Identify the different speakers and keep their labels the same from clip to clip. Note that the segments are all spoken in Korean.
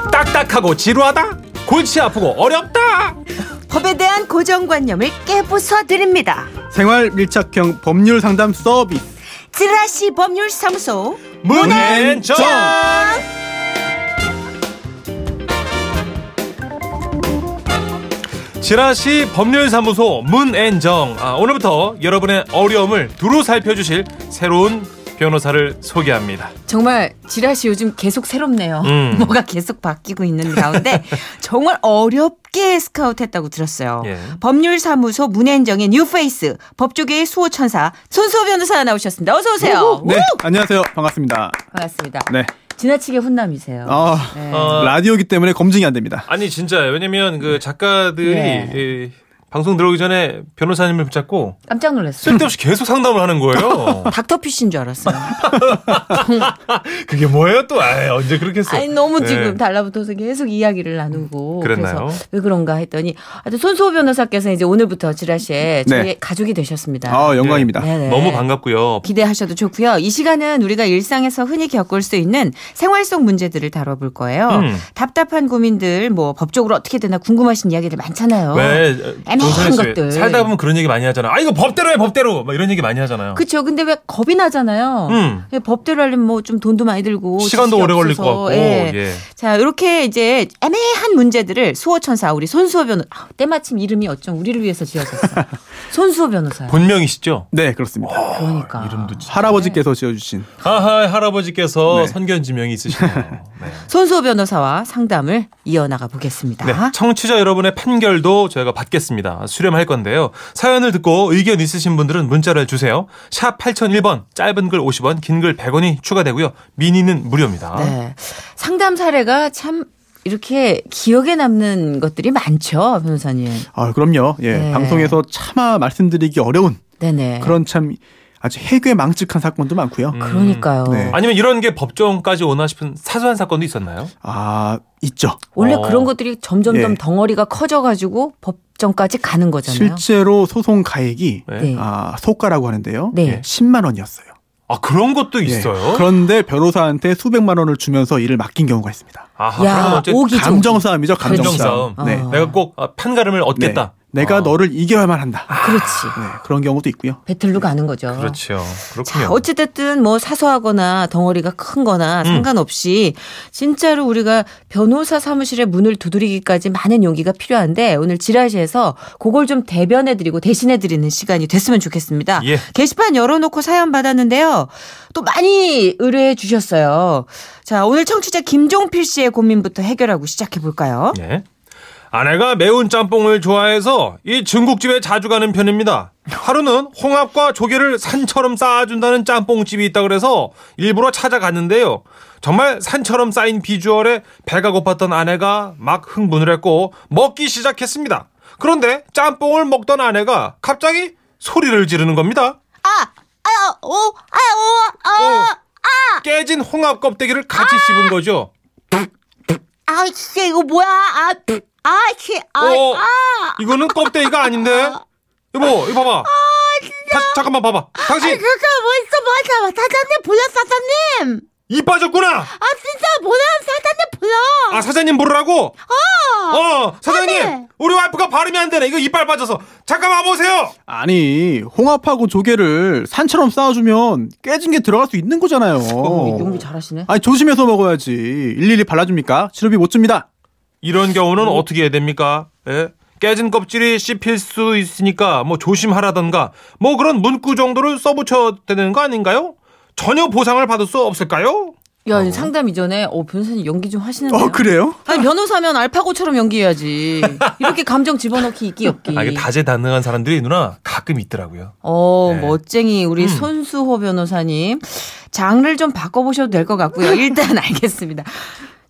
Speaker 1: 귀찮고 지루하다? 골치 아프고 어렵다?
Speaker 2: 법에 대한 고정관념을 깨부숴 드립니다.
Speaker 3: 생활 밀착형 법률 상담 서비스.
Speaker 2: 지라시 법률사무소
Speaker 1: 문앤정! 지라시 법률사무소 문앤정 아, 오늘부터 여러분의 어려움을 두루 살펴주실 새로운 변호사를 소개합니다.
Speaker 2: 정말 지라시 요즘 계속 새롭네요.
Speaker 1: 음.
Speaker 2: 뭐가 계속 바뀌고 있는 가운데 정말 어렵게 스카우트했다고 들었어요.
Speaker 1: 예.
Speaker 2: 법률사무소 문앤정의 뉴페이스 법조계의 수호천사 손수호 변호사 나오셨습니다. 어서 오세요.
Speaker 3: 네, 안녕하세요. 반갑습니다.
Speaker 2: 반갑습니다.
Speaker 3: 네.
Speaker 2: 지나치게 혼남이세요.
Speaker 3: 어,
Speaker 2: 네.
Speaker 1: 어,
Speaker 3: 라디오기 때문에 검증이 안 됩니다.
Speaker 1: 아니 진짜요. 왜냐면 그 작가들이
Speaker 2: 예.
Speaker 1: 이 방송 들어오기 전에 변호사님을 붙잡고
Speaker 2: 깜짝 놀랐어요.
Speaker 1: 쓸데없이 계속 상담을 하는 거예요.
Speaker 2: 닥터피쉬인 줄 알았어요.
Speaker 1: 그게 뭐예요 또? 아 언제 그렇게 했어?
Speaker 2: 아니 너무
Speaker 1: 네. 음,
Speaker 2: 지금 달라붙어서 계속 이야기를 나누고
Speaker 1: 그랬나요?
Speaker 2: 래서왜 그런가 했더니 하여튼 손수호 변호사께서 이제 오늘부터 지라시에 저희
Speaker 3: 네.
Speaker 2: 의 가족이 되셨습니다.
Speaker 3: 아, 영광입니다.
Speaker 2: 네네.
Speaker 1: 너무 반갑고요.
Speaker 2: 기대하셔도 좋고요. 이 시간은 우리가 일상에서 흔히 겪을 수 있는 생활 속 문제들을 다뤄볼 거예요.
Speaker 1: 음.
Speaker 2: 답답한 고민들, 뭐 법적으로 어떻게 되나 궁금하신 이야기들 많잖아요.
Speaker 1: 왜
Speaker 2: 어. 애매한
Speaker 1: 조선에서
Speaker 2: 것들.
Speaker 1: 살다 보면 그런 얘기 많이 하잖아요. 아 이거 법대로 해 법대로 막 이런 얘기 많이 하잖아요.
Speaker 2: 그렇죠. 근데 왜 겁이 나잖아요.
Speaker 1: 음.
Speaker 2: 예, 법대로 하려면 뭐 좀 돈도 많이 들고
Speaker 1: 시간도
Speaker 2: 지식이
Speaker 1: 오래 걸릴
Speaker 2: 없어서.
Speaker 1: 것 같고.
Speaker 2: 예.
Speaker 1: 예.
Speaker 2: 자 이렇게 이제 애매한 문제들을 수호천사 우리 손수호 변호 아, 때마침 이름이 어쩜 우리를 위해서 지어졌어. 손수호 변호사.
Speaker 1: 본명이시죠?
Speaker 3: 네, 그렇습니다.
Speaker 2: 그러니까.
Speaker 1: 이름도 진-
Speaker 2: 네.
Speaker 3: 할아버지께서 지어주신.
Speaker 1: 하하 할아버지께서
Speaker 3: 네.
Speaker 1: 선견 지명이 있으시네요. 네.
Speaker 2: 손수호 변호사와 상담을 이어나가 보겠습니다.
Speaker 1: 네, 청취자 여러분의 판결도 저희가 받겠습니다. 수렴할 건데요. 사연을 듣고 의견 있으신 분들은 문자를 주세요. 샵 8001번, 짧은 글 50원, 긴 글 100원이 추가되고요. 미니는 무료입니다.
Speaker 2: 네. 상담 사례가 참 이렇게 기억에 남는 것들이 많죠, 변호사님.
Speaker 3: 아, 그럼요. 예,
Speaker 2: 네.
Speaker 3: 방송에서 차마 말씀드리기 어려운
Speaker 2: 네네.
Speaker 3: 음, 그런 참 아주 해괴망측한 사건도 많고요.
Speaker 1: 음.
Speaker 2: 러니까요
Speaker 3: 네.
Speaker 1: 아니면 이런 게 법정까지 오나 싶은 사소한 사건도 있었나요?
Speaker 3: 아, 있죠.
Speaker 2: 원래
Speaker 1: 어.
Speaker 2: 그런 것들이 점점점
Speaker 3: 예.
Speaker 2: 덩어리가 커져가지고 법정까지 가는 거잖아요.
Speaker 3: 실제로 소송 가액이
Speaker 1: 네.
Speaker 2: 네.
Speaker 3: 아, 소가라고 하는데요.
Speaker 2: 네.
Speaker 1: 예.
Speaker 3: 10만 원이었어요.
Speaker 1: 아, 그런 것도
Speaker 3: 예.
Speaker 1: 있어요?
Speaker 3: 그런데 변호사한테 수백만 원을 주면서 일을 맡긴 경우가 있습니다.
Speaker 1: 아하,
Speaker 2: 야,
Speaker 1: 그럼 어째-
Speaker 2: 오기
Speaker 3: 감정 싸움이죠. 감정
Speaker 1: 감정
Speaker 3: 싸움.
Speaker 1: 싸움.
Speaker 3: 네.
Speaker 2: 어.
Speaker 1: 내가 꼭 아, 판가름을 얻겠다.
Speaker 3: 네. 내가
Speaker 1: 아,
Speaker 3: 너를 이겨야만 한다.
Speaker 2: 그렇지.
Speaker 3: 네, 그런 경우도 있고요.
Speaker 2: 배틀로 가는 거죠.
Speaker 1: 그렇죠. 그렇군요.
Speaker 2: 자, 어찌됐든 뭐 사소하거나 덩어리가 큰 거나 상관없이 진짜로 우리가 변호사 사무실의 문을 두드리기까지 많은 용기가 필요한데 오늘 지라시에서 그걸 좀 대변해드리고 대신해드리는 시간이 됐으면 좋겠습니다.
Speaker 1: 예.
Speaker 2: 게시판 열어놓고 사연 받았는데요. 또 많이 의뢰해 주셨어요. 자, 오늘 청취자 김종필 씨의 고민부터 해결하고 시작해볼까요?
Speaker 1: 예. 아내가 매운 짬뽕을 좋아해서 이 중국집에 자주 가는 편입니다. 하루는 홍합과 조개를 산처럼 쌓아준다는 짬뽕집이 있다 그래서 일부러 찾아갔는데요. 정말 산처럼 쌓인 비주얼에 배가 고팠던 아내가 막 흥분을 했고 먹기 시작했습니다. 그런데 짬뽕을 먹던 아내가 갑자기 소리를 지르는 겁니다.
Speaker 2: 아야, 오, 아야, 오,
Speaker 1: 어, 깨진 홍합 껍데기를 같이 씹은 거죠.
Speaker 2: 아, 진짜 이거 뭐야? 아, 아,
Speaker 1: 어, 이거는 껍데기가 아닌데. 여보, 이거 봐봐. 다- 잠깐만 봐봐. 당신
Speaker 2: 아, 그거 뭐 있어 뭐 사장님 불러 사장님
Speaker 1: 이 빠졌구나.
Speaker 2: 아 진짜 뭐야 사장님 불러
Speaker 1: 아 사장님 부르라고. 어. 사장님
Speaker 2: 안 돼.
Speaker 1: 우리 와이프가 발음이 안 되네. 이거 이빨 빠져서 잠깐 와 보세요.
Speaker 3: 아니, 홍합하고 조개를 산처럼 쌓아주면 깨진 게 들어갈 수 있는 거잖아요.
Speaker 2: 용기 잘하시네
Speaker 3: 아니, 조심해서 먹어야지. 일일이 발라줍니까? 치료비 못 줍니다.
Speaker 1: 이런 경우는 어떻게 해야 됩니까? 예? 깨진 껍질이 씹힐 수 있으니까 뭐 조심하라던가 뭐 그런 문구 정도를 써붙여야 되는 거 아닌가요? 전혀 보상을 받을 수 없을까요?
Speaker 2: 야 상담 이전에 어 변호사님 연기 좀 하시는데요
Speaker 3: 어, 그래요?
Speaker 2: 아니 변호사면 알파고처럼 연기해야지 이렇게 감정 집어넣기 있기 없기
Speaker 1: 아, 이게 다재다능한 사람들이 누나 가끔 있더라고요.
Speaker 2: 어
Speaker 1: 네.
Speaker 2: 멋쟁이
Speaker 3: 음.
Speaker 2: 우리 손수호 변호사님 장르를 좀 바꿔보셔도 될 것 같고요 일단 알겠습니다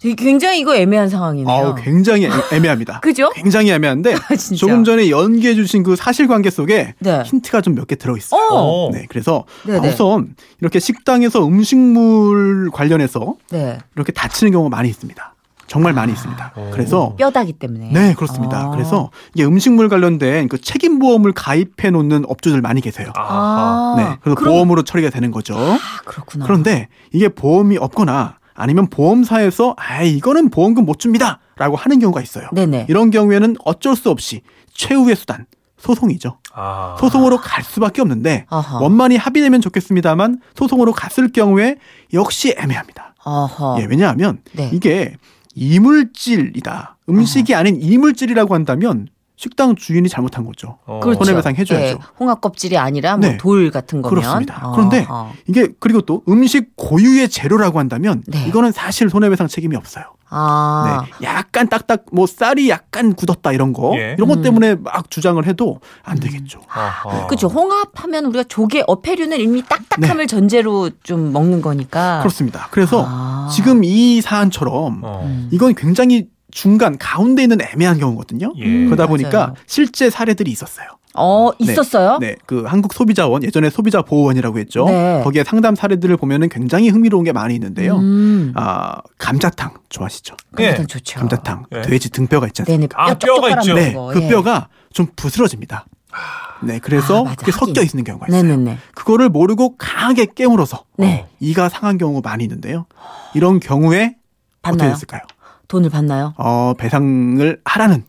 Speaker 2: 되게 굉장히 이거 애매한 상황이네요
Speaker 3: 아우, 굉장히 애- 애매합니다.
Speaker 2: 그죠?
Speaker 3: 굉장히 애매한데
Speaker 2: 진짜.
Speaker 3: 조금 전에 연기해 주신 그 사실관계 속에
Speaker 2: 네.
Speaker 3: 힌트가 좀 몇 개 들어 있어요.
Speaker 2: 어.
Speaker 3: 네, 그래서
Speaker 2: 네네.
Speaker 3: 아, 우선 이렇게 식당에서 음식물 관련해서
Speaker 2: 네
Speaker 3: 이렇게 다치는 경우가 많이 있습니다. 정말 많이 있습니다. 그래서
Speaker 2: 뼈다기 때문에
Speaker 3: 네 그렇습니다.
Speaker 2: 아.
Speaker 3: 그래서 이게 음식물 관련된 그 책임 보험을 가입해 놓는 업주들 많이 계세요.
Speaker 1: 아하.
Speaker 2: 아,
Speaker 3: 네, 그래서
Speaker 2: 그럼-
Speaker 3: 보험으로 처리가 되는 거죠.
Speaker 2: 아, 그렇구나
Speaker 3: 그런데 이게 보험이 없거나 아니면 보험사에서 아 이거는 보험금 못 줍니다. 라고 하는 경우가 있어요.
Speaker 2: 네네.
Speaker 3: 이런 경우에는 어쩔 수 없이 최후의 수단, 소송이죠.
Speaker 1: 아.
Speaker 3: 소송으로 갈 수밖에 없는데
Speaker 2: 아하.
Speaker 3: 원만히 합의되면 좋겠습니다만 소송으로 갔을 경우에 역시 애매합니다.
Speaker 2: 어허.
Speaker 3: 예, 왜냐하면
Speaker 2: 네. 어.
Speaker 3: 이게 이물질이다. 음식이 아닌 이물질이라고 한다면 식당 주인이 잘못한 거죠.
Speaker 1: 어.
Speaker 2: 그렇죠.
Speaker 3: 손해배상 해줘야죠.
Speaker 2: 홍합 껍질이 아니라 뭐
Speaker 3: 네.
Speaker 2: 돌 같은 거면.
Speaker 3: 그렇습니다. 그런데
Speaker 2: 어허.
Speaker 3: 이게 그리고 또 음식 고유의 재료라고 한다면
Speaker 2: 네.
Speaker 3: 이거는 사실 손해배상 책임이 없어요.
Speaker 2: 아.
Speaker 3: 네, 약간 딱딱 뭐 쌀이 약간 굳었다 이런 거
Speaker 1: 예.
Speaker 3: 이런 것
Speaker 2: 음.
Speaker 3: 때문에 막 주장을 해도 안 되겠죠.
Speaker 1: 아하.
Speaker 2: 그렇죠. 홍합하면 우리가 조개 어패류는 이미 딱딱함을 전제로 좀 먹는 거니까.
Speaker 3: 네. 그렇습니다. 그래서
Speaker 2: 아.
Speaker 3: 지금 이 사안처럼
Speaker 1: 어.
Speaker 2: 음.
Speaker 3: 이건 굉장히 중간 가운데 있는 애매한 경우거든요.
Speaker 1: 예.
Speaker 2: 음.
Speaker 3: 그러다
Speaker 2: 맞아요.
Speaker 3: 보니까 실제 사례들이 있었어요.
Speaker 2: 어 있었어요?
Speaker 3: 네, 그 한국 소비자원 예전에 소비자 보호원이라고 했죠.
Speaker 2: 네.
Speaker 3: 거기에 상담 사례들을 보면은 굉장히 흥미로운 게 많이 있는데요.
Speaker 2: 음. 네.
Speaker 3: 아 감자탕 좋아하시죠?
Speaker 2: 감자탕 좋죠.
Speaker 3: 감자탕
Speaker 1: 예.
Speaker 3: 돼지 등뼈가 있지 않습니까?
Speaker 1: 아,
Speaker 2: 그렇죠. 네네. 뼈
Speaker 1: 뼈가
Speaker 2: 쪽쪽
Speaker 1: 있죠.
Speaker 2: 깔아먹은
Speaker 3: 네,
Speaker 2: 거,
Speaker 3: 그
Speaker 2: 예.
Speaker 3: 뼈가 좀 부스러집니다. 네,
Speaker 2: 아,
Speaker 3: 그래서
Speaker 2: 맞아.
Speaker 3: 그게 섞여
Speaker 2: 하긴.
Speaker 3: 있는 경우가 있어요.
Speaker 2: 네네네.
Speaker 3: 그거를 모르고 강하게 깨물어서
Speaker 2: 네.
Speaker 3: 이가 상한 경우가 많이 있는데요. 이런 경우에 어떻게
Speaker 2: 받나요?
Speaker 3: 됐을까요?
Speaker 2: 돈을 받나요?
Speaker 3: 어, 배상을 하라는.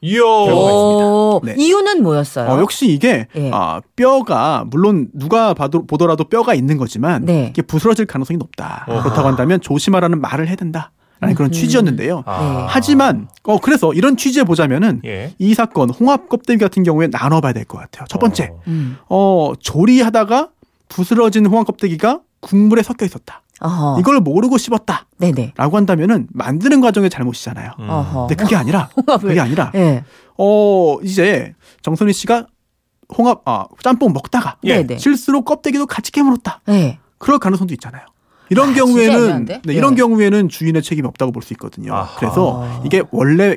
Speaker 1: 이야.
Speaker 2: 어. 오,
Speaker 3: 있습니다. 네.
Speaker 2: 이유는 뭐였어요?
Speaker 3: 어, 역시 이게
Speaker 2: 예.
Speaker 3: 아, 뼈가 물론 누가 봐도, 보더라도 뼈가 있는 거지만
Speaker 2: 네.
Speaker 3: 이게 부스러질 가능성이 높다.
Speaker 1: 어허.
Speaker 3: 그렇다고 한다면 조심하라는 말을 해야 된다라는
Speaker 2: 음.
Speaker 3: 그런 취지였는데요.
Speaker 1: 아.
Speaker 3: 하지만 어 그래서 이런 취지에 보자면은
Speaker 1: 예.
Speaker 3: 이 사건 홍합 껍데기 같은 경우에 나눠봐야 될 것 같아요. 첫 번째,
Speaker 1: 어.
Speaker 2: 음.
Speaker 3: 어, 조리하다가 부스러진 홍합 껍데기가 국물에 섞여 있었다.
Speaker 2: 어허.
Speaker 3: 이걸 모르고 씹었다라고
Speaker 2: 네네.
Speaker 3: 한다면은 만드는 과정의 잘못이잖아요.
Speaker 1: 음.
Speaker 2: 어허.
Speaker 3: 근데 그게 아니라
Speaker 2: 홍합을.
Speaker 3: 그게 아니라
Speaker 2: 예.
Speaker 3: 어 이제 정선희 씨가 홍합 아 짬뽕 먹다가
Speaker 1: 예.
Speaker 2: 네네.
Speaker 3: 실수로 껍데기도 같이 깨물었다.
Speaker 2: 예.
Speaker 3: 그럴 가능성도 있잖아요. 이런
Speaker 2: 아, 진짜
Speaker 3: 경우에는
Speaker 2: 애매한데?
Speaker 3: 네, 이런
Speaker 2: 예.
Speaker 3: 경우에는 주인의 책임이 없다고 볼 수 있거든요.
Speaker 1: 아하.
Speaker 3: 그래서 이게 원래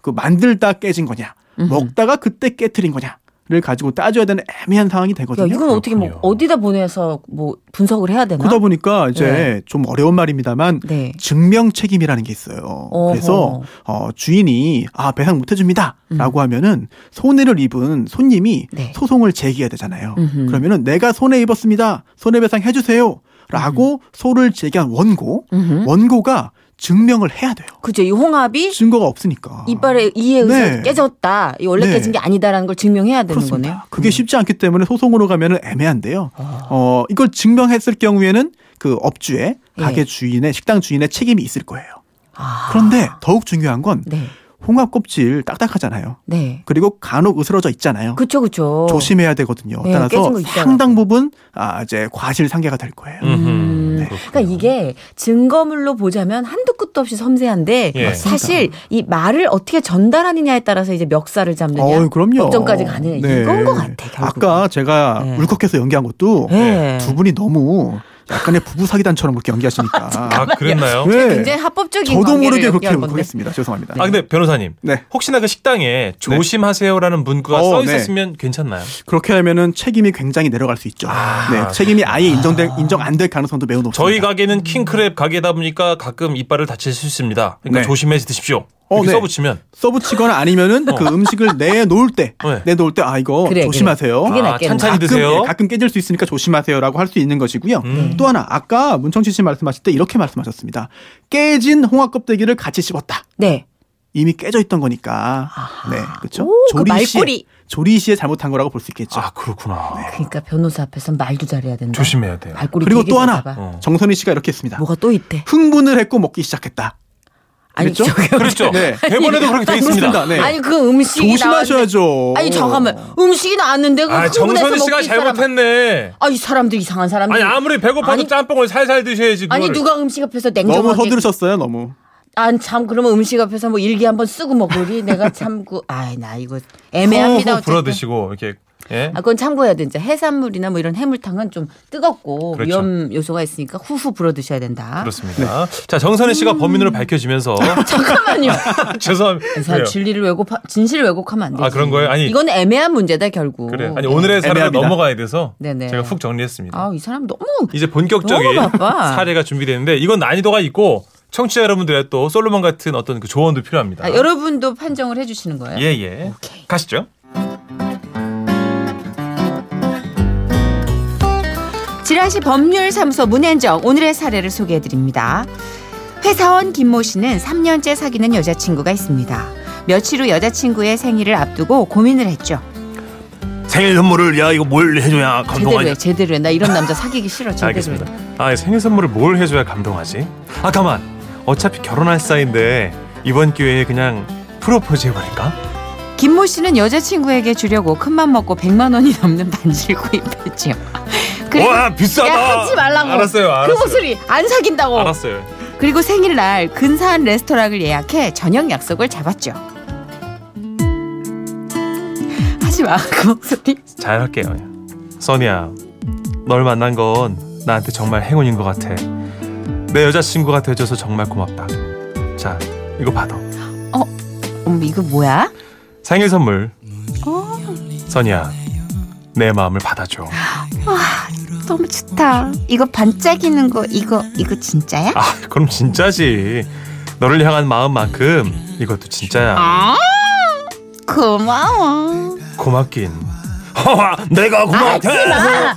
Speaker 3: 그 만들다 깨진 거냐,
Speaker 2: 음흠.
Speaker 3: 먹다가 그때 깨뜨린 거냐를 가지고 따져야 되는 애매한 상황이
Speaker 2: 야,
Speaker 3: 되거든요.
Speaker 2: 이건 어떻게 뭐
Speaker 1: 그렇군요.
Speaker 2: 어디다 보내서 뭐 분석을 해야 되나?
Speaker 3: 그러다 보니까 이제
Speaker 2: 예.
Speaker 3: 좀 어려운 말입니다만
Speaker 2: 네.
Speaker 3: 증명 책임이라는 게 있어요.
Speaker 2: 어허.
Speaker 3: 그래서 어, 주인이 아 배상 못 해줍니다라고 하면은 손해를 입은 손님이
Speaker 2: 음. 네.
Speaker 3: 소송을 제기해야 되잖아요.
Speaker 2: 음흠.
Speaker 3: 그러면은 내가 손해 입었습니다. 손해배상 해주세요.라고 소를 제기한 원고
Speaker 2: 음. 음흠.
Speaker 3: 원고가 증명을 해야 돼요.
Speaker 2: 그죠. 이 홍합이
Speaker 3: 증거가 없으니까.
Speaker 2: 이빨에 이에 의해서
Speaker 3: 아. 네.
Speaker 2: 깨졌다. 이 원래
Speaker 3: 네.
Speaker 2: 깨진 게 아니다라는 걸 증명해야 되는
Speaker 3: 그렇습니다.
Speaker 2: 거네요. 음. 아.
Speaker 3: 그게 쉽지 않기 때문에 소송으로 가면은 애매한데요. 어 이걸 증명했을 경우에는 그 업주의 가게
Speaker 2: 예.
Speaker 3: 주인의 식당 주인의 책임이 있을 거예요.
Speaker 2: 아.
Speaker 3: 그런데 더욱 중요한 건
Speaker 2: 네.
Speaker 3: 홍합 껍질 딱딱하잖아요.
Speaker 2: 네.
Speaker 3: 그리고 간혹 으스러져 있잖아요.
Speaker 2: 그쵸 그쵸.
Speaker 3: 어. 조심해야 되거든요.
Speaker 2: 네, 깨진
Speaker 3: 따라서
Speaker 2: 거 있잖아요.
Speaker 3: 상당 부분 아 이제 과실 상계가 될 거예요.
Speaker 1: 음.
Speaker 2: 음.
Speaker 1: 그렇군요.
Speaker 2: 그러니까 이게 증거물로 보자면 한도 끝도 없이 섬세한데
Speaker 1: 예.
Speaker 2: 사실 이 말을 어떻게 전달하느냐에 따라서 이제 멱살을 잡느냐,
Speaker 3: 어유 그럼요. 네.
Speaker 2: 법정까지 가는 이건 것 같아. 결국.
Speaker 3: 아까 제가
Speaker 2: 네.
Speaker 3: 울컥해서 연기한 것도
Speaker 2: 네.
Speaker 3: 두 분이 너무 약간의 부부 사기단처럼 그렇게 연기하시니까
Speaker 1: 아, 그랬나요?
Speaker 3: 네.
Speaker 2: 굉장히 합법적인
Speaker 3: 저도
Speaker 2: 관계를 네.
Speaker 3: 모르게 그렇게
Speaker 2: 연기한 건데.
Speaker 3: 연기하겠습니다. 죄송합니다.
Speaker 1: 아 근데 변호사님
Speaker 3: 네.
Speaker 1: 혹시나 그 식당에 조심하세요라는 문구가
Speaker 3: 어,
Speaker 1: 써
Speaker 3: 네.
Speaker 1: 있었으면 괜찮나요?
Speaker 3: 그렇게 하면은 책임이 굉장히 내려갈 수 있죠.
Speaker 1: 아,
Speaker 3: 네, 책임이 아예 인정될 인정 안 될 가능성도 매우 높습니다.
Speaker 1: 저희 가게는 킹크랩 가게다 보니까 가끔 이빨을 다칠 수 있습니다. 그러니까
Speaker 3: 네.
Speaker 1: 조심해서 드십시오.
Speaker 3: 어,
Speaker 1: 이렇게
Speaker 3: 네.
Speaker 1: 써붙이면
Speaker 3: 서브치거나 아니면은 그 음식을 내놓을 때
Speaker 1: 네.
Speaker 3: 내놓을 때 아 이거
Speaker 2: 그래, 그래.
Speaker 3: 조심하세요.
Speaker 2: 그게
Speaker 1: 아,
Speaker 2: 낫겠네.
Speaker 1: 찬찬히
Speaker 3: 가끔,
Speaker 1: 드세요.
Speaker 3: 예, 가끔 깨질 수 있으니까 조심하세요라고 할 수 있는 것이고요.
Speaker 1: 음.
Speaker 2: 네.
Speaker 3: 또 하나 아까 문청치 씨 말씀하실 때 이렇게 말씀하셨습니다. 깨진 홍합 껍데기를 같이 씹었다.
Speaker 2: 네.
Speaker 3: 이미 깨져 있던 거니까.
Speaker 2: 아하.
Speaker 3: 네, 그렇죠.
Speaker 2: 오, 그
Speaker 3: 조리
Speaker 2: 말꼬리.
Speaker 3: 씨의 조리 씨의 잘못한 거라고 볼 수 있겠죠.
Speaker 1: 아 그렇구나.
Speaker 2: 그러니까 변호사 앞에서 말도 잘해야 된다.
Speaker 1: 조심해야 돼요.
Speaker 2: 말꼬리
Speaker 3: 그리고
Speaker 2: 되게
Speaker 3: 또
Speaker 2: 잘
Speaker 3: 하나
Speaker 2: 잡아.
Speaker 1: 어.
Speaker 3: 정선희 씨가 이렇게 했습니다.
Speaker 2: 뭐가 또 있대.
Speaker 3: 흥분을 했고 먹기 시작했다.
Speaker 2: 아니
Speaker 3: 그랬죠?
Speaker 2: 저게
Speaker 1: 그렇죠.
Speaker 3: 네.
Speaker 1: 대본에도 그렇게 돼 있습니다.
Speaker 3: 그렇습니다. 네.
Speaker 2: 아니 그 음식이
Speaker 3: 조심하셔야죠.
Speaker 2: 나왔는데, 아니 잠깐만 음식이 나왔는데 그
Speaker 1: 아 정선희 씨가
Speaker 2: 잘못했네. 아이 사람들 이상한 사람들.
Speaker 1: 아니 아무리 배고파도
Speaker 2: 아니,
Speaker 1: 짬뽕을 살살 드셔야지.
Speaker 2: 아니
Speaker 1: 그거를.
Speaker 2: 누가 음식 앞에서
Speaker 3: 너무
Speaker 2: 냉정하게 아,
Speaker 3: 서두르셨어요, 너무.
Speaker 2: 안참 그러면 음식 앞에서 뭐 일기 한번 쓰고 먹으리 내가 참고 아이 나 이거 애매합니다.
Speaker 1: 호호
Speaker 2: 어쨌든.
Speaker 1: 불어 드시고 이렇게 예.
Speaker 2: 아, 그건 참고해야 된다. 해산물이나 뭐 이런 해물탕은 좀 뜨겁고
Speaker 1: 그렇죠.
Speaker 2: 위험 요소가 있으니까 후후 불어 드셔야 된다.
Speaker 1: 그렇습니다. 자 정선희 씨가
Speaker 2: 음.
Speaker 1: 범인으로 밝혀지면서
Speaker 2: 잠깐만요.
Speaker 1: 죄송합니다.
Speaker 2: 사실
Speaker 1: 아, 그래요.
Speaker 2: 진리를 왜곡 진실을 왜곡하면 안 되지.
Speaker 1: 아, 그런 거예요? 아니.
Speaker 2: 이건 애매한 문제다 결국.
Speaker 1: 그래. 아니 오늘의 사례로
Speaker 3: 애매합니다.
Speaker 1: 넘어가야 돼서
Speaker 2: 네네.
Speaker 1: 제가 훅 정리했습니다.
Speaker 2: 아이 사람 너무
Speaker 1: 이제 본격적인
Speaker 2: 너무 바빠.
Speaker 1: 사례가 준비되는데 이건 난이도가 있고 청취자 여러분들의 또 솔로몬 같은 어떤 그 조언도 필요합니다.
Speaker 2: 아, 여러분도 판정을 해주시는 거예요?
Speaker 1: 예예. 가시죠.
Speaker 2: 지라시 법률사무소 문현정 오늘의 사례를 소개해드립니다.
Speaker 4: 회사원 김모 씨는 3년째 사귀는 여자친구가 있습니다. 며칠 후 여자친구의 생일을 앞두고 고민을 했죠.
Speaker 1: 생일 선물을 야 이거 뭘 해줘야
Speaker 2: 제대로
Speaker 1: 감동하지?
Speaker 2: 해, 제대로 해. 나 이런 남자 사귀기 싫어. 제대로
Speaker 1: 알겠습니다.
Speaker 2: 해.
Speaker 1: 아 생일 선물을 뭘 해줘야 감동하지? 아 가만. 어차피 결혼할 사이인데 이번 기회에 그냥 프로포즈 해버릴까?
Speaker 4: 김모 씨는 여자친구에게 주려고 큰맘 먹고 100만 원이 넘는 반지를 구입했죠. 그리고
Speaker 1: 와 비싸다.
Speaker 4: 야, 하지 말라고.
Speaker 1: 알았어요.
Speaker 4: 그
Speaker 1: 알았어요.
Speaker 4: 목소리 안 사귄다고.
Speaker 1: 알았어요.
Speaker 4: 그리고 생일날 근사한 레스토랑을 예약해 저녁 약속을 잡았죠. 하지 마. 그 목소리.
Speaker 1: 잘 할게요. 써니야, 널 만난 건 나한테 정말 행운인 것 같아. 내 여자친구가 돼줘서 정말 고맙다. 자, 이거 받아.
Speaker 4: 어머 이거 뭐야?
Speaker 1: 생일 선물.
Speaker 4: 어,
Speaker 1: 써니야, 내 마음을 받아줘.
Speaker 4: 너무 좋다. 이거 반짝이는 거 이거 이거 진짜야?
Speaker 1: 아, 그럼 진짜지. 너를 향한 마음만큼 이것도 진짜야.
Speaker 4: 아, 고마워.
Speaker 1: 고맙긴. 허 내가
Speaker 4: 하지 마.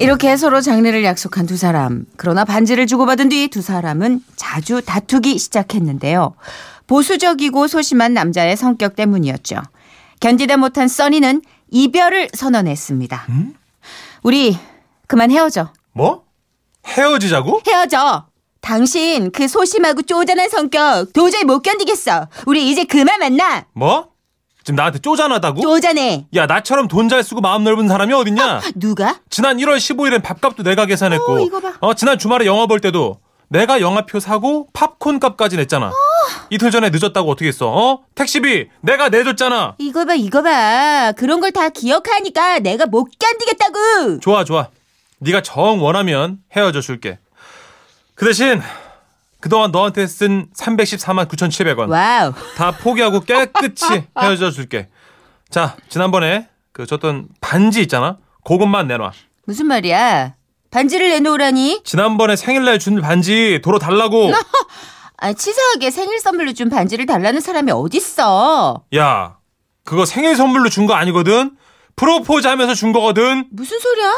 Speaker 4: 이렇게 서로 장례를 약속한 두 사람. 그러나 반지를 주고받은 뒤 두 사람은 자주 다투기 시작했는데요. 보수적이고 소심한 남자의 성격 때문이었죠. 견디다 못한 써니는 이별을 선언했습니다. 우리 그만 헤어져.
Speaker 1: 뭐? 헤어지자고?
Speaker 4: 헤어져. 당신 그 소심하고 쪼잔한 성격 도저히 못 견디겠어. 우리 이제 그만 만나.
Speaker 1: 뭐? 지금 나한테 쪼잔하다고?
Speaker 4: 쪼잔해.
Speaker 1: 야, 나처럼 돈 잘 쓰고 마음 넓은 사람이 어딨냐?
Speaker 4: 누가?
Speaker 1: 지난 1월 15일엔 밥값도 내가 계산했고
Speaker 4: 어, 이거 봐.
Speaker 1: 어, 지난 주말에 영화 볼 때도 내가 영화표 사고 팝콘 값까지 냈잖아
Speaker 4: 어.
Speaker 1: 이틀 전에 늦었다고 어떻게 했어 어? 택시비 내가 내줬잖아
Speaker 4: 이거 봐, 이거 봐. 그런 걸 다 기억하니까 내가 못 견디겠다고.
Speaker 1: 좋아 좋아 네가 정 원하면 헤어져 줄게 그 대신 그동안 너한테 쓴 314만 9,700원
Speaker 4: 와우.
Speaker 1: 다 포기하고 깨끗이 헤어져 줄게 자 지난번에 그 줬던 반지 있잖아 그것만 내놔
Speaker 4: 무슨 말이야? 반지를 내놓으라니?
Speaker 1: 지난번에 생일날 준 반지 도로 달라고
Speaker 4: 아, 치사하게 생일 선물로 준 반지를 달라는 사람이 어딨어?
Speaker 1: 야, 그거 생일 선물로 준 거 아니거든? 프로포즈 하면서 준 거거든?
Speaker 4: 무슨 소리야?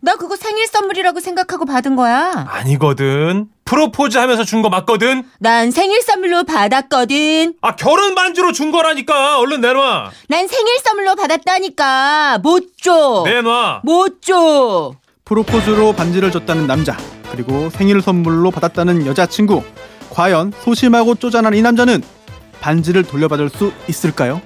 Speaker 4: 나 그거 생일 선물이라고 생각하고 받은 거야.
Speaker 1: 아니거든. 프로포즈 하면서 준 거 맞거든?
Speaker 4: 난 생일 선물로 받았거든.
Speaker 1: 아, 결혼 반지로 준 거라니까! 얼른 내놔!
Speaker 4: 난 생일 선물로 받았다니까. 못 줘.
Speaker 1: 내놔!
Speaker 4: 못 줘.
Speaker 3: 프로포즈로 반지를 줬다는 남자 그리고 생일 선물로 받았다는 여자친구 과연 소심하고 쪼잔한 이 남자는 반지를 돌려받을 수 있을까요?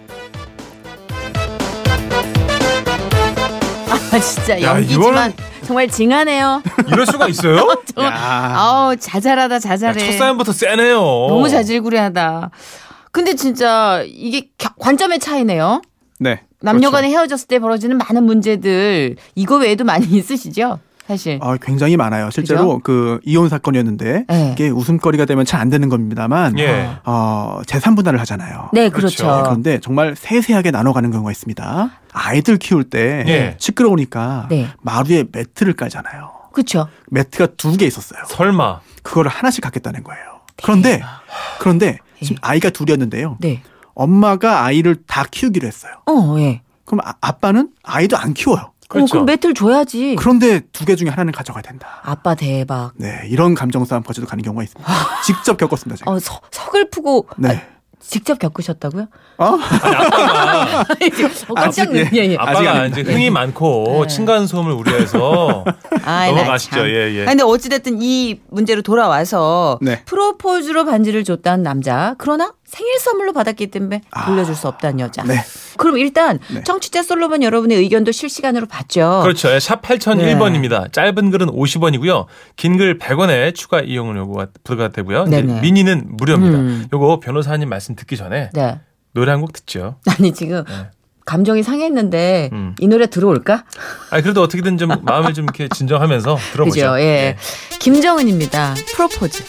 Speaker 4: 아, 진짜
Speaker 1: 야,
Speaker 4: 연기지만
Speaker 1: 이거는-
Speaker 4: 정말 징하네요.
Speaker 1: 이럴 수가 있어요?
Speaker 3: 야,
Speaker 4: 아우, 자잘하다,
Speaker 1: 야,
Speaker 4: 자잘해.
Speaker 1: 첫사연부터 세네요.
Speaker 4: 너무 자질구레하다. 근데 진짜 이게 겨- 관점의 차이네요.
Speaker 3: 네.
Speaker 4: 남녀간에 헤어졌을 때 벌어지는 많은 문제들 이거 외에도 많이 있으시죠? 사실.
Speaker 3: 그렇죠. 아, 굉장히 많아요. 실제로 그 이혼 사건이었는데
Speaker 4: 네.
Speaker 3: 이게 웃음거리가 되면 잘 안 되는 겁니다만
Speaker 1: 예.
Speaker 3: 어, 재산 분할을 하잖아요.
Speaker 4: 네,
Speaker 1: 그렇죠.
Speaker 4: 그렇죠.
Speaker 3: 그런데 정말 세세하게 나눠가는 경우가 있습니다. 아이들 키울 때
Speaker 1: 예.
Speaker 3: 시끄러우니까
Speaker 4: 네.
Speaker 3: 마루에 매트를 깔잖아요.
Speaker 4: 그렇죠.
Speaker 3: 매트가 두 개 있었어요.
Speaker 1: 설마.
Speaker 3: 그거를 하나씩 갖겠다는 거예요. 그런데 그런데 지금 아이가 둘이었는데요.
Speaker 4: 예. 네.
Speaker 3: 엄마가 아이를 다 키우기로 했어요.
Speaker 4: 어, 예.
Speaker 3: 그럼 아, 빠는 아이도 안 키워요.
Speaker 4: 그럼
Speaker 1: 그렇죠.
Speaker 4: 그럼 매트를 줘야지.
Speaker 3: 그런데 두 개 중에 하나는 가져가야 된다.
Speaker 4: 아빠 대박.
Speaker 3: 네, 이런 감정 싸움 거쳐도 가는 경우가 있습니다. 직접 겪었습니다, 제가.
Speaker 4: 어, 서, 서글프고 아,
Speaker 3: 네.
Speaker 4: 직접 겪으셨다고요?
Speaker 3: 어?
Speaker 1: 아니, 아빠가,
Speaker 4: 어, 깜짝 놀
Speaker 3: 아직,
Speaker 4: 예, 예.
Speaker 3: 아직
Speaker 1: 아빠가
Speaker 3: 아닙니다.
Speaker 1: 이제 흥이 많고,
Speaker 4: 네.
Speaker 1: 층간소음을 우려해서.
Speaker 4: 아이, 나
Speaker 1: 넘어가시죠.
Speaker 4: 참.
Speaker 1: 예, 예.
Speaker 4: 아니, 근데 어찌됐든 이 문제로 돌아와서
Speaker 3: 네.
Speaker 4: 프로포즈로 반지를 줬다는 남자. 그러나 생일 선물로 받았기 때문에
Speaker 3: 아.
Speaker 4: 돌려줄 수 없다는 여자.
Speaker 3: 네.
Speaker 4: 그럼 일단
Speaker 3: 네.
Speaker 4: 청취자 솔로몬 여러분의 의견도 실시간으로 봤죠.
Speaker 1: 그렇죠. 예, 샵 8001번입니다.
Speaker 4: 네.
Speaker 1: 짧은 글은 50원이고요. 긴 글 100원에 추가 이용료 요구가 부과되고요. 이제
Speaker 4: 네네.
Speaker 1: 미니는 무료입니다.
Speaker 4: 음.
Speaker 1: 요거 변호사님 말씀 듣기 전에
Speaker 4: 네.
Speaker 1: 노래 한 곡 듣죠.
Speaker 4: 아니 지금
Speaker 1: 네.
Speaker 4: 감정이 상했는데
Speaker 1: 음.
Speaker 4: 이 노래 들어올까?
Speaker 1: 아니 그래도 어떻게든 좀 마음을 좀 이렇게 진정하면서 들어보죠.
Speaker 4: 그죠? 예. 김정은입니다. 프로포즈.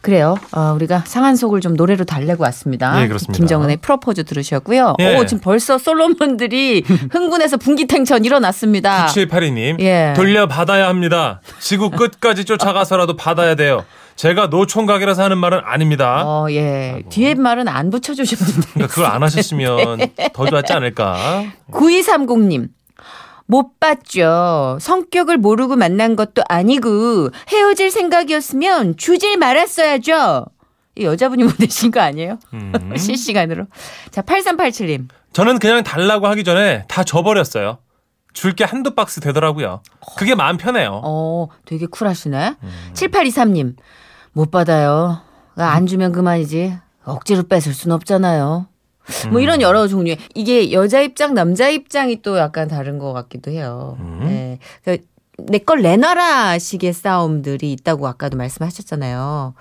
Speaker 4: 그래요. 어, 우리가 상한 속을 좀 노래로 달래고 왔습니다.
Speaker 1: 예, 그렇습니다.
Speaker 4: 김정은의 프로포즈 들으셨고요.
Speaker 1: 예.
Speaker 4: 오, 지금 벌써 솔로몬들이 흥분해서 분기탱천 일어났습니다.
Speaker 1: 7782님
Speaker 4: 아. 예.
Speaker 1: 돌려받아야 합니다. 지구 끝까지 쫓아가서라도 받아야 돼요. 제가 노총각이라서 하는 말은 아닙니다.
Speaker 4: 어, 예. 뒤에 말은 안 붙여주셨는데.
Speaker 1: 그러니까 그걸 안 하셨으면
Speaker 4: 네.
Speaker 1: 더 좋았지 않을까.
Speaker 4: 9230님. 못 봤죠. 성격을 모르고 만난 것도 아니고 헤어질 생각이었으면 주질 말았어야죠. 이 여자분이 보내신 거 아니에요?
Speaker 1: 음.
Speaker 4: 실시간으로. 자, 8387님.
Speaker 1: 저는 그냥 달라고 하기 전에 다 줘버렸어요. 줄 게 한두 박스 되더라고요. 그게 마음 편해요.
Speaker 4: 어, 되게 쿨하시네. 7823님. 못 받아요. 안 주면 그만이지. 억지로 뺏을 순 없잖아요. 뭐 이런 여러 종류의 이게 여자 입장 남자 입장이 또 약간 다른 것 같기도 해요. 네. 그러니까 내걸 내놔라 식의 싸움들이 있다고 아까도 말씀하셨잖아요.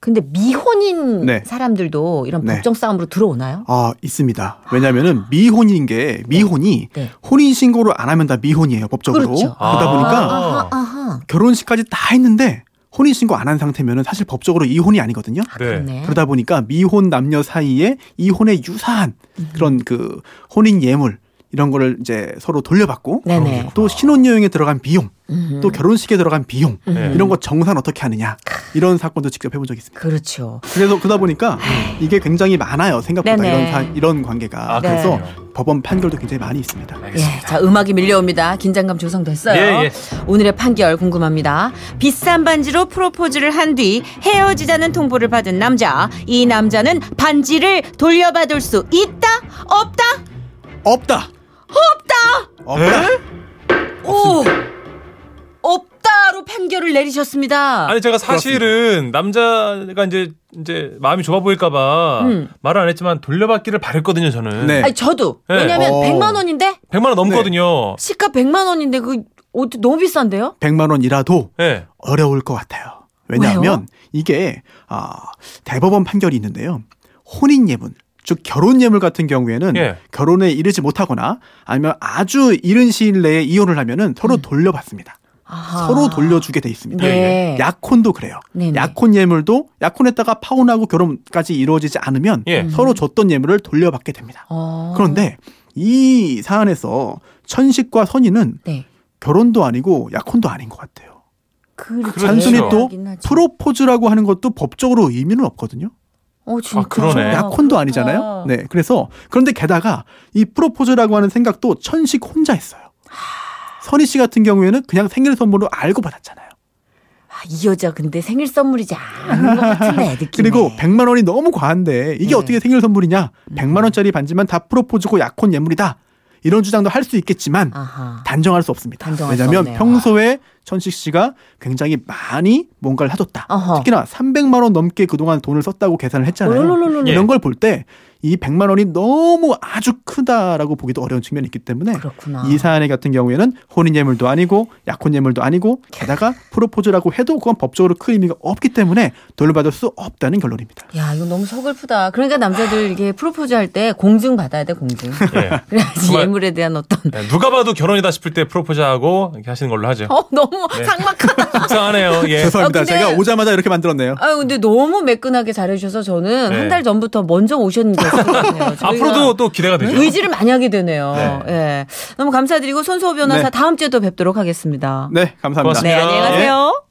Speaker 4: 근데 미혼인
Speaker 3: 네.
Speaker 4: 사람들도 이런
Speaker 3: 네.
Speaker 4: 법정 싸움으로 들어오나요?
Speaker 3: 아 있습니다. 왜냐하면은 미혼인 게 미혼이
Speaker 4: 네.
Speaker 3: 혼인 신고를 안 하면 다 미혼이에요 법적으로.
Speaker 4: 그렇죠.
Speaker 1: 아.
Speaker 3: 어, 그러다 보니까
Speaker 4: 아하, 아하.
Speaker 3: 결혼식까지 다 했는데 혼인 신고 안 한 상태면은 사실 법적으로 이혼이 아니거든요.
Speaker 4: 아,
Speaker 1: 네.
Speaker 4: 그렇네.
Speaker 3: 그러다 보니까 미혼 남녀 사이에 이혼에 유사한
Speaker 4: 음.
Speaker 3: 그런 그 혼인 예물 이런 거를 이제 서로 돌려받고
Speaker 4: 네네.
Speaker 3: 또 신혼여행에 들어간 비용,
Speaker 4: 음.
Speaker 3: 또 결혼식에 들어간 비용
Speaker 1: 네.
Speaker 3: 이런 거 정산 어떻게 하느냐 이런 사건도 직접 해본 적이 있습니다.
Speaker 4: 그렇죠.
Speaker 3: 그래서 그러다 보니까 이게 굉장히 많아요 생각보다
Speaker 4: 아. 네네. 네.
Speaker 3: 이런 사, 이런 관계가
Speaker 1: 아, 네.
Speaker 3: 그래서
Speaker 1: 그렇군요.
Speaker 3: 법원 판결도 굉장히 많이 있습니다.
Speaker 4: 예, 자 음악이 밀려옵니다. 긴장감 조성됐어요.
Speaker 1: 예, 예.
Speaker 4: 오늘의 판결 궁금합니다.
Speaker 5: 비싼 반지로 프로포즈를 한 뒤 헤어지자는 통보를 받은 남자. 이 남자는 반지를 돌려받을 수 있다? 없다?
Speaker 3: 없다. 없다. 없다.
Speaker 1: 네?
Speaker 4: 오 없다로 판결을 내리셨습니다.
Speaker 1: 아니 제가 사실은 남자가 이제 이제 마음이 좁아 보일까봐
Speaker 4: 음.
Speaker 1: 말을 안 했지만 돌려받기를 바랬거든요 저는.
Speaker 3: 네.
Speaker 4: 아니, 저도
Speaker 1: 네.
Speaker 4: 왜냐하면
Speaker 3: 어.
Speaker 4: 100만 원인데
Speaker 1: 100만 원 넘거든요.
Speaker 4: 시가 100만 원인데 그 어디- 너무 비싼데요?
Speaker 3: 100만 원이라도
Speaker 1: 예.
Speaker 3: 어려울 것 같아요. 왜냐하면
Speaker 4: 왜요?
Speaker 3: 이게 아, 대법원 판결이 있는데요. 혼인 예문, 즉 결혼 예물 같은 경우에는
Speaker 1: 예.
Speaker 3: 결혼에 이르지 못하거나 아니면 아주 이른 시일 내에 이혼을 하면은 서로 돌려받습니다.
Speaker 4: 음. 아하.
Speaker 3: 서로 돌려주게 돼 있습니다.
Speaker 4: 네.
Speaker 3: 약혼도 그래요.
Speaker 4: 네네.
Speaker 3: 약혼 예물도 약혼했다가 파혼하고 결혼까지 이루어지지 않으면
Speaker 1: 예.
Speaker 3: 서로 줬던 예물을 돌려받게 됩니다.
Speaker 4: 음. 어.
Speaker 3: 그런데 이 사안에서 천식과 선인은
Speaker 4: 네.
Speaker 3: 결혼도 아니고 약혼도 아닌 것 같아요.
Speaker 4: 그렇죠.
Speaker 3: 단순히 또
Speaker 4: 하긴 하지.
Speaker 3: 프로포즈라고 하는 것도 법적으로 의미는 없거든요.
Speaker 4: 어, 진짜.
Speaker 1: 아, 그러네. 네.
Speaker 3: 약혼도
Speaker 4: 어, 그렇다. 그렇죠.
Speaker 3: 아니잖아요. 네, 그래서 그런데 게다가 이 프로포즈라고 하는 생각도 천식 혼자 했어요. 선희 씨 같은 경우에는 그냥 생일 선물로 알고 받았잖아요.
Speaker 4: 아, 이 여자 근데 생일 선물이지 않은 것 같은데 느낌.
Speaker 3: 그리고 100만 원이 너무 과한데 이게
Speaker 4: 네. 음.
Speaker 3: 어떻게 생일 선물이냐? 100만 원짜리 반지만 다 프로포즈고 약혼 예물이다. 이런 주장도 할 수 있겠지만
Speaker 4: 아하.
Speaker 3: 단정할 수 없습니다.
Speaker 4: 단정할 수
Speaker 3: 왜냐하면
Speaker 4: 없네요.
Speaker 3: 평소에 천식 씨가 굉장히 많이 뭔가를 사줬다.
Speaker 4: 어허.
Speaker 3: 특히나 300만 원 넘게 그동안 돈을 썼다고 계산을 했잖아요.
Speaker 4: 롤롤롤롤.
Speaker 1: 예.
Speaker 3: 이런 걸 볼 때 이 100만 원이 너무 아주 크다라고 보기도 어려운 측면이 있기 때문에
Speaker 4: 그렇구나.
Speaker 3: 이 사안의 같은 경우에는 혼인 예물도 아니고 약혼 예물도 아니고 게다가 프로포즈라고 해도 그건 법적으로 큰 의미가 없기 때문에 돌려받을 수 없다는 결론입니다.
Speaker 4: 야, 이거 너무 서글프다. 그러니까 남자들 이게 프로포즈 할 때 공증 받아야 돼, 공증.
Speaker 1: 예.
Speaker 4: 그래야지
Speaker 1: 정말.
Speaker 4: 예물에 대한 어떤.
Speaker 1: 예, 누가 봐도 결혼이다 싶을 때 프로포즈하고 이렇게 하시는 걸로 하죠.
Speaker 4: 어, 너무 상막하다.
Speaker 1: 속상하네요. 예.
Speaker 3: 죄송합니다.
Speaker 4: 아, 근데-
Speaker 3: 제가 오자마자 이렇게 만들었네요.
Speaker 4: 아 근데 너무 매끈하게 잘해주셔서 저는
Speaker 1: 네.
Speaker 4: 한 달 전부터 먼저 오셨는데.
Speaker 1: 앞으로도 또 기대가 되죠.
Speaker 4: 의지를 많이 하게 되네요.
Speaker 1: 네.
Speaker 4: 예. 너무 감사드리고 손수호 변호사
Speaker 3: 네.
Speaker 4: 다음 주에 또 뵙도록 하겠습니다.
Speaker 3: 네, 감사합니다.
Speaker 1: 고맙습니다.
Speaker 4: 네, 안녕히 가세요.